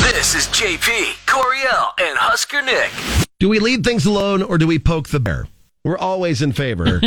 This is JP, Coriel, and Husker Nick. Do we leave things alone or do we poke the bear? We're always in favor. in,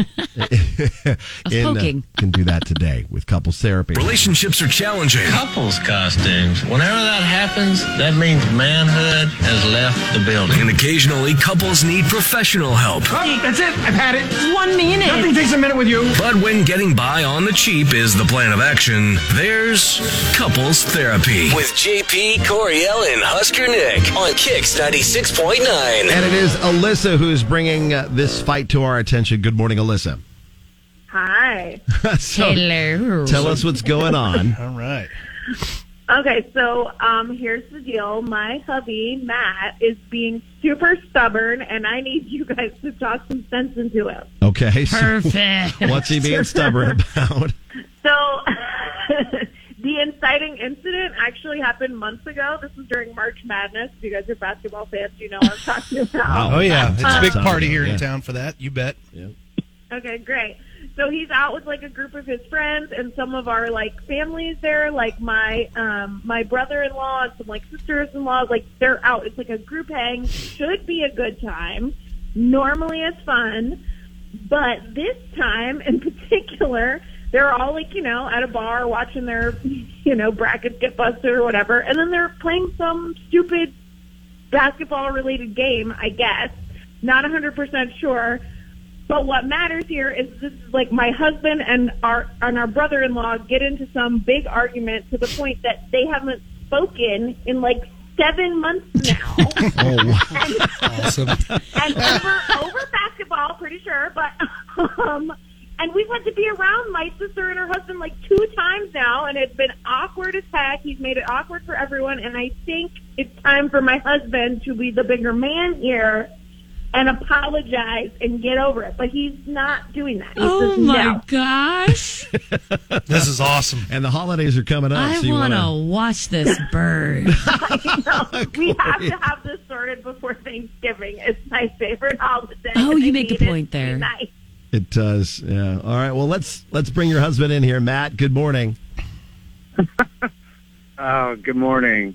uh, poking. can do that today with couples therapy. Relationships are challenging. couples costumes. Whenever that happens, that means manhood has left the building. And occasionally, couples need professional help. Oh, that's it. I've had it. One minute. Nothing takes a minute with you. But when getting by on the cheap is the plan of action, there's couples therapy. With JP, Coriel, and Husker Nick on Kix 96.9. And it is Alyssa who's bringing uh, this fight to our attention. Good morning, Alyssa. Hi. So, Tell us what's going on. Okay, so um, here's the deal. My hubby, Matt, is being super stubborn, and I need you guys to talk some sense into him. Okay. so Perfect. what's he being stubborn about? So the inciting incident actually happened months ago. This was during March Madness. If you guys are basketball fans, you know what I'm talking about. Um, Wow. Oh yeah, it's a big Sounds party good, here yeah. in town for that. You bet. Okay, great. So he's out with like a group of his friends and some of our like families there, like my um my brother in law and some like sisters in law, like they're out. It's like a group hang. Should be a good time. Normally it's fun. But this time in particular, they're all like, you know, at a bar watching their you know, brackets get busted or whatever, and then they're playing some stupid basketball related game, I guess. Not a 100% sure. But what matters here is this is like my husband and our and our brother in law get into some big argument to the point that they haven't spoken in like seven months now. Oh, wow. Awesome. and over over basketball, pretty sure, but um and we've had to be around my sister and her husband like two times now and it's been awkward as heck. He's made it awkward for everyone and I think it's time for my husband to be the bigger man here and apologize and get over it. But he's not doing that. He's Oh just, my no. gosh. this is awesome. and the holidays are coming up. I so you want wanna- to watch this bird. we have to have this sorted before Thanksgiving. It's my favorite holiday. Oh, you I make a need it point there. tonight. It does. Yeah. All right. Well, let's let's bring your husband in here, Matt. Good morning. Oh, good morning.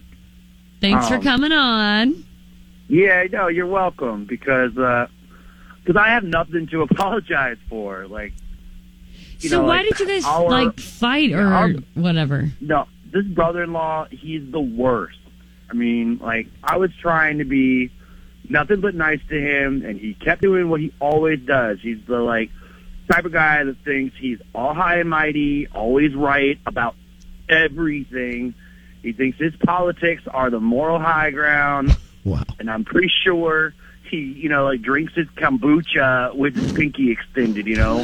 Thanks for Um, coming on. Yeah, no, you're welcome because because I have nothing to apologize for. Like, you So know, why like, did you guys our- like fight or our- whatever? no, this brother-in-law, he's the worst. I mean, like, I was trying to be nothing but nice to him, and he kept doing what he always does. He's the like type of guy that thinks he's all high and mighty, always right about everything. He thinks his politics are the moral high ground. Wow. and I'm pretty sure he, you know, like drinks his kombucha with his pinky extended. You know,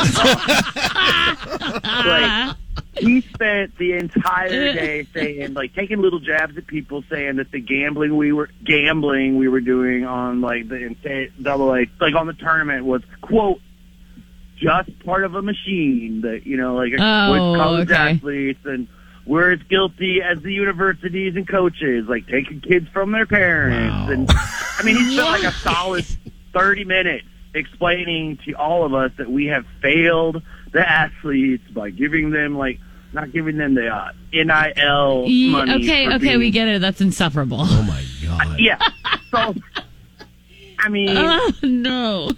Uh, like he spent the entire day saying, like, taking little jabs at people, saying that the gambling we were gambling we were doing on like the in- double A, like on the tournament was quote. Just part of a machine that you know, like with Oh, college okay. athletes, and we're as guilty as the universities and coaches, like taking kids from their parents, Wow. and I mean, he spent like a solid 30 minutes explaining to all of us that we have failed the athletes by giving them, like, not giving them the uh, NIL Ye- money. okay, for okay, being- we get it. That's insufferable. Oh my God. Yeah. So, I mean, Oh no.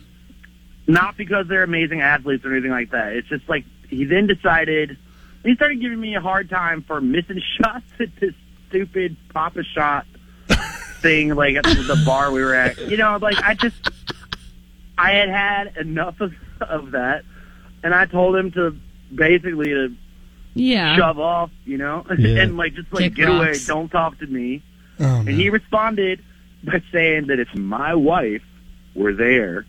not because they're amazing athletes or anything like that. It's just like he then decided he started giving me a hard time for missing shots at this stupid Papa shot thing, like at the bar we were at. You know, like I just I had had enough of of that, and I told him to basically to Yeah. shove off, you know, Yeah. and like just like Kick get away, rocks. don't talk to me. Oh, no. And he responded by saying that if my wife were there,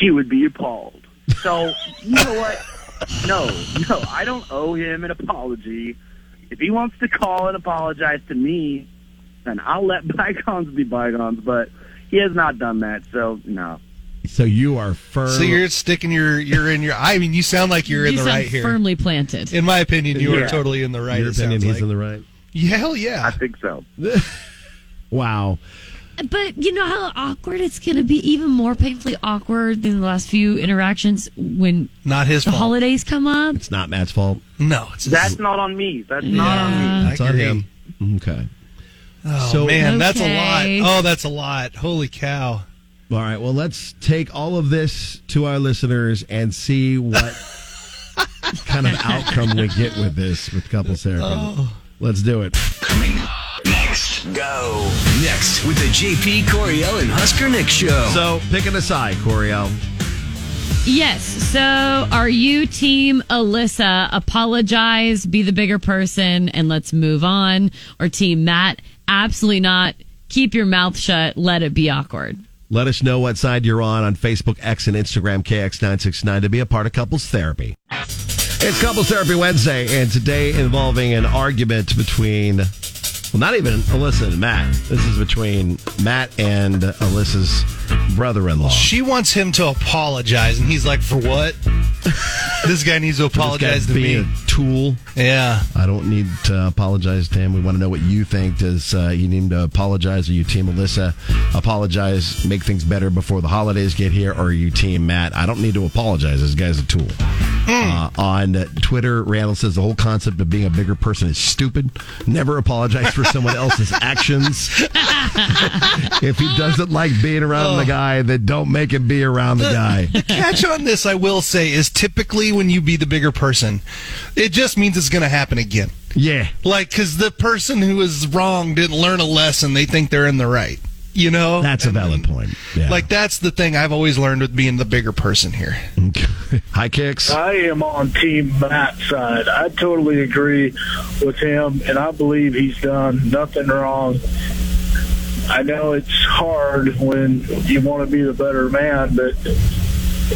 she would be appalled. So, you know what? No, no, I don't owe him an apology. If he wants to call and apologize to me, then I'll let bygones be bygones, but he has not done that, so no. So you are firm. So you're sticking your you're in your. I mean, you sound like you're in You the sound right here. Firmly planted. In my opinion, you Yeah. are totally in the right. Your it opinion. sounds He's like. in the right. yeah, hell yeah. I think so. Wow. But you know how awkward it's going to be, even more painfully awkward than the last few interactions when Not his the fault. holidays come up. It's not Matt's fault. no, it's That's not on me. That's not on me. I It's on agree. him. Okay. Oh So- man, that's Okay. a lot. Oh, that's a lot. Holy cow! All right. Well, let's take all of this to our listeners and see what kind of outcome we get with this with couples therapy. Oh. Let's do it. Next, go. Next with the JP Coriel and Husker Nick show. So, picking a side, Coriel. Yes. So are you team Alyssa? Apologize, be the bigger person, and let's move on. Or team Matt? Absolutely not. Keep your mouth shut. Let it be awkward. Let us know what side you're on on Facebook, X, and Instagram, KX969, to be a part of Couples Therapy. It's Couples Therapy Wednesday, and today involving an argument between, well, not even Alyssa and Matt. This is between Matt and Alyssa's brother in law. She wants him to apologize, and he's like, "For what? this guy needs to apologize to be me." a tool. Yeah. I don't need to apologize to him. We want to know what you think. Does uh, you need him to apologize? Are you team Alyssa? Apologize, make things better before the holidays get here, or are you team Matt? I don't need to apologize. This guy's a tool. Uh, on Twitter, Randall says the whole concept of being a bigger person is stupid. Never apologize for someone else's actions. if he doesn't like being around the guy, then don't make him be around the guy. Catch on this, I will say, is typically when you be the bigger person, it just means it's going to happen again. Yeah. Like, because the person who is wrong didn't learn a lesson; they think they're in the right. You know, That's a valid point. Yeah. Like that's the thing I've always learned with being the bigger person here. high kicks. I am on Team Matt's side. I totally agree with him, and I believe he's done nothing wrong. I know it's hard when you want to be the better man, but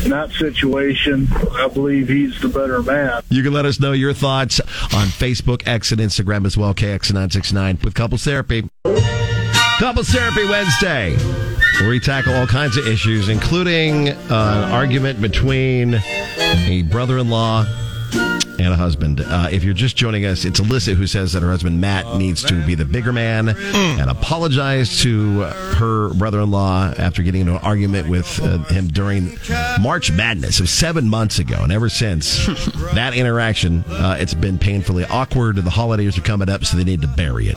in that situation, I believe he's the better man. You can let us know your thoughts on Facebook, X, and Instagram as well, KX969 with Couples Therapy. Couples Therapy Wednesday, where we tackle all kinds of issues, including uh, an argument between a brother in law and a husband. Uh, if you're just joining us, it's Alyssa who says that her husband Matt needs to be the bigger man and apologize to her brother in law after getting into an argument with uh, him during March Madness of seven months ago. And ever since that interaction, uh, it's been painfully awkward. The holidays are coming up, so they need to bury it.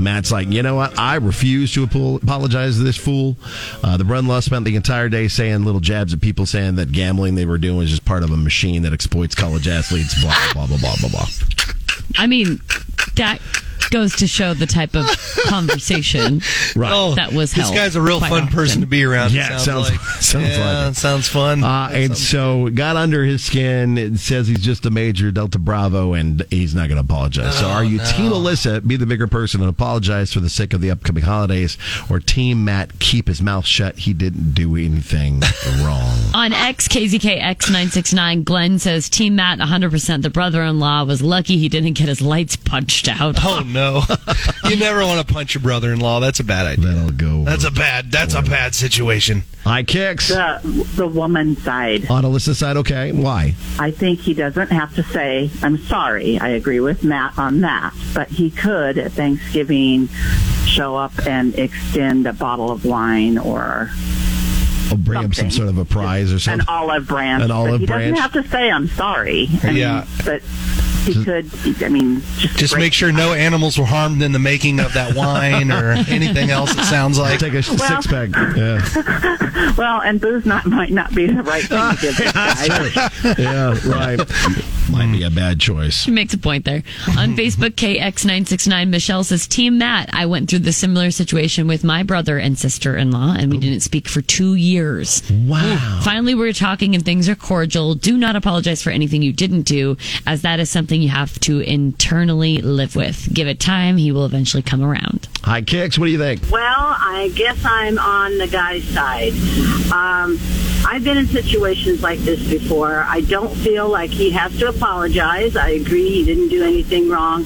Matt's like, you know what? I refuse to apo- apologize to this fool. Uh, the brother in law spent the entire day saying little jabs at people, saying that gambling they were doing was just part of a machine that exploits college athletes. Blah blah blah blah blah blah. I mean, that goes to show the type of conversation. Right. Oh, That was this held guy's a real quite fun often. person to be around. it Yeah, it sounds- sounds like yeah, it. it sounds fun. Uh, and so got under his skin and says he's just a major Delta Bravo and he's not going to apologize. Oh, so are you Team Alyssa, be the bigger person and apologize for the sake of the upcoming holidays, or Team Matt, keep his mouth shut? He didn't do anything wrong. On XKZKX969, Glenn says Team Matt 100% the brother in law was lucky he didn't get his lights punched out. oh no, you never want to punch your brother-in-law. That's a bad idea. That'll go. That's a bad. That's a bad situation. high kicks. the the woman's side. On Alyssa's side, okay. Why? I think he doesn't have to say I'm sorry. I agree with Matt on that, but he could at Thanksgiving show up and extend a bottle of wine or I'll bring up some Something. sort of a prize or an something. olive branch. An but olive he branch. doesn't have to say I'm sorry. I Yeah. mean, but he could. I mean, just Just break- make sure no animals were harmed in the making of that wine or anything else. It sounds like. Take a six pack. Yeah. Well, and booze not might not be the right thing to give this guy. yeah, right. Might be a bad choice. She makes a point there. On Facebook, KX969, Michelle says, Team Matt, I went through the similar situation with my brother and sister in law, and we didn't speak for two years. Oh. Wow. Finally, we're talking and things are cordial. Do not apologize for anything you didn't do, as that is something you have to internally live with. Give it time, he will eventually come around. High kicks, what do you think? Well, I guess I'm on the guy's side. Um, I've been in situations like this before. I don't feel like he has to apologize. I agree he didn't do anything wrong,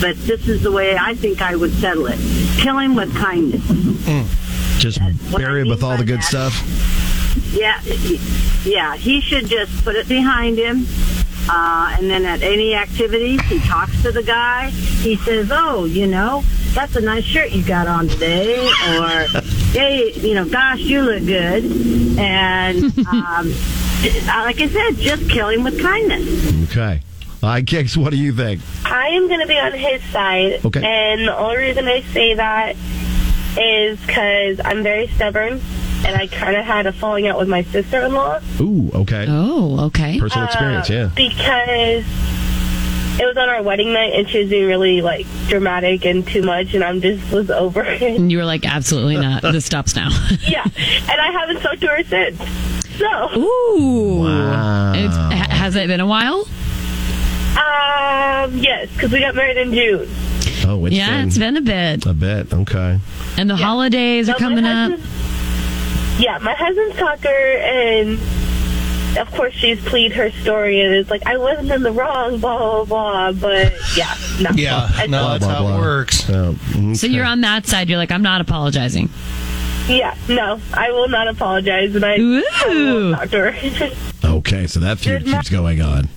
but this is the way I think I would settle it. Kill him with kindness. Just what bury I him with mean all the by good that. stuff. Yeah, he- yeah, he should just put it behind him. Uh, and then at any activities, he talks to the guy. He says, "Oh, you know, that's a nice shirt you got on today," or "Hey, you know, gosh, you look good." uh, And um, like I said, just kill him with kindness. Okay. Hi, Kicks. What do you think? I am going to be on his side. Okay. And the only reason I say that is because I'm very stubborn and I kind of had a falling out with my sister in law. Ooh, okay. Oh, okay. Personal uh, experience, yeah. Because it was on our wedding night and she was being really like dramatic and too much and I'm just was over it. And you were like, absolutely not. This stops now. yeah. And I haven't talked to her since. So, Ooh. It's, ha- has it been a while? um, yes, because we got married in June. Oh, it's yeah, it's been a bit. A bit. Okay. Oh, And the holidays are No, my coming up. Yeah, my husband's talker, and of course she's plead her story, and it's like I wasn't in the wrong, blah blah blah. But yeah, no, Yeah, no, that's how it works. Oh, So you're on that side. You're like, I'm not apologizing. yeah, no, I will not apologize, and I, I will talk to her. Okay, so that feud keeps going on.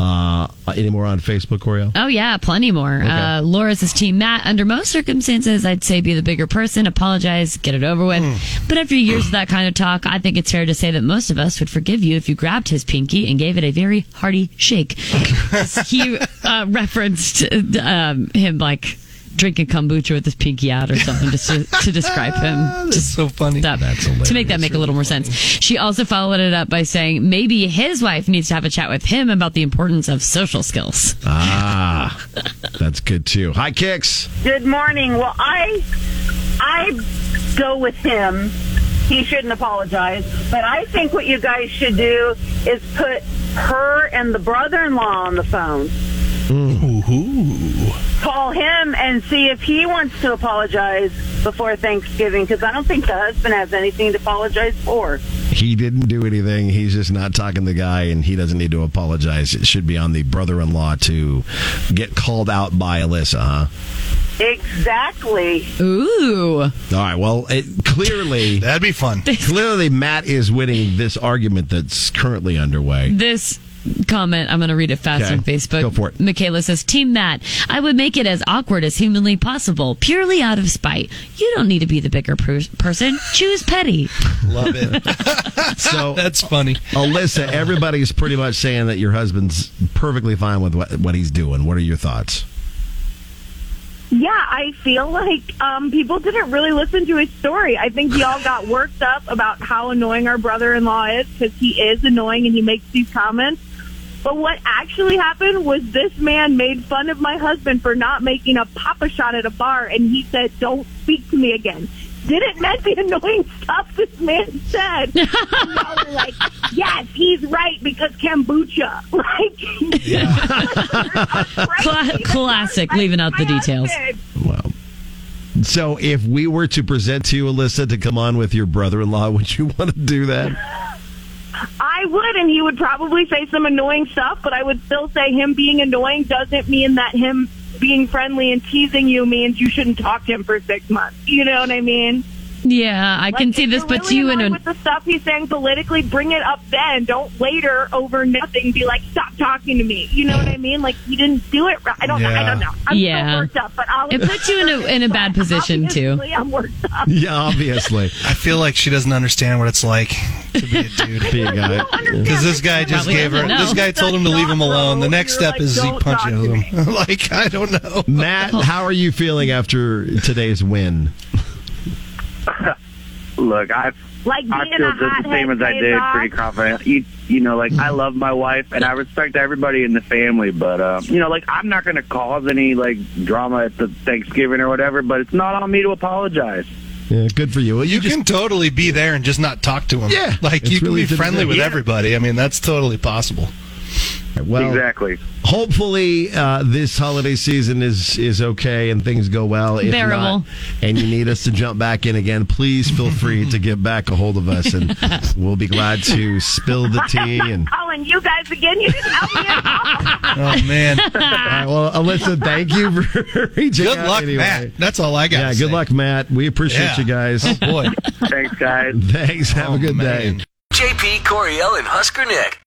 Uh, any more on Facebook, Coriel? Oh yeah, plenty more. Okay. Uh, Laura says, "Team Matt, under most circumstances, I'd say be the bigger person, apologize, get it over with. But after years of that kind of talk, I think it's fair to say that most of us would forgive you if you grabbed his pinky and gave it a very hearty shake." 'Cause he uh, referenced uh, um, him like drinking kombucha with his pinky out or something just to, to describe him. Just so funny. That's to make that make a little more sense. She also followed it up by saying maybe his wife needs to have a chat with him about the importance of social skills. Ah, that's good too. Hi, Kicks. Good morning. Well, I I go with him. He shouldn't apologize, but I think what you guys should do is put her and the brother-in-law on the phone. Call him and see if he wants to apologize before Thanksgiving because I don't think the husband has anything to apologize for. He didn't do anything. He's just not talking to the guy, and he doesn't need to apologize. It should be on the brother-in-law to get called out by Alyssa, huh? Exactly. Ooh. All right. Well, it, clearly that'd be fun. Clearly, Matt is winning this argument that's currently underway. This comment, I'm going to read it fast Okay. on Facebook. Go for it. Michaela says, Team Matt, I would make it as awkward as humanly possible, purely out of spite. You don't need to be the bigger per- person. Choose petty. Love it. So that's funny, Alyssa. Everybody's pretty much saying that your husband's perfectly fine with what, what he's doing. What are your thoughts? Yeah, I feel like um, people didn't really listen to his story. I think we all got worked up about how annoying our brother-in-law is because he is annoying and he makes these comments. But what actually happened was this man made fun of my husband for not making a papa shot at a bar, and he said, "Don't speak to me again." Didn't meant the annoying stuff this man said. And y'all were like, yes, he's right because kombucha. Like, Cla- classic, leaving out the details. Well, so if we were to present to you, Alyssa, to come on with your brother-in-law, would you want to do that? I would, and he would probably say some annoying stuff, but I would still say him being annoying doesn't mean that him being friendly and teasing you means you shouldn't talk to him for six months. You know what I mean? Yeah, I can Like, see if this you're puts really you in annoyed a. with the stuff he's saying politically. Bring it up then. Don't later over nothing. Be like, stop talking to me. You know what I mean? Like you didn't do it. Right. I don't. know. I don't know. I'm Yeah. so worked up, but I'll, It puts you in a in a bad position too. Obviously, I'm worked up. yeah, obviously. I feel like she doesn't understand what it's like to be a dude. Be a guy. Because this guy just Probably gave her. doesn't know. This guy told him to leave him alone. The next step is he punches him. like I don't know. Matt, how are you feeling after today's win? Look, I Like I being feel a just the hothead same as I pays did. off. Pretty confident. You, you know, like I love my wife and I respect everybody in the family, but uh, you know, like I'm not going to cause any like drama at the Thanksgiving or whatever. But it's not on me to apologize. Yeah, good for you. Well, you, You just can totally be there and just not talk to him. Yeah, like it's you really can be friendly different. with Yeah. everybody. I mean, that's totally possible. well. exactly. Hopefully, uh, this holiday season is is okay and things go well. If Bearable. not, and you need us to jump back in again, please feel free to get back a hold of us, and we'll be glad to spill the tea. And Calling Oh, you guys again. You didn't help me at all. Oh man, all right, uh, well, Alyssa, thank you for reaching good out luck, anyway. Matt. That's all I got. Yeah, good luck, Matt. We appreciate Yeah. you guys. boy. Thanks, guys. Thanks. Have Oh, a good man. day. JP Coriel and Husker Nick.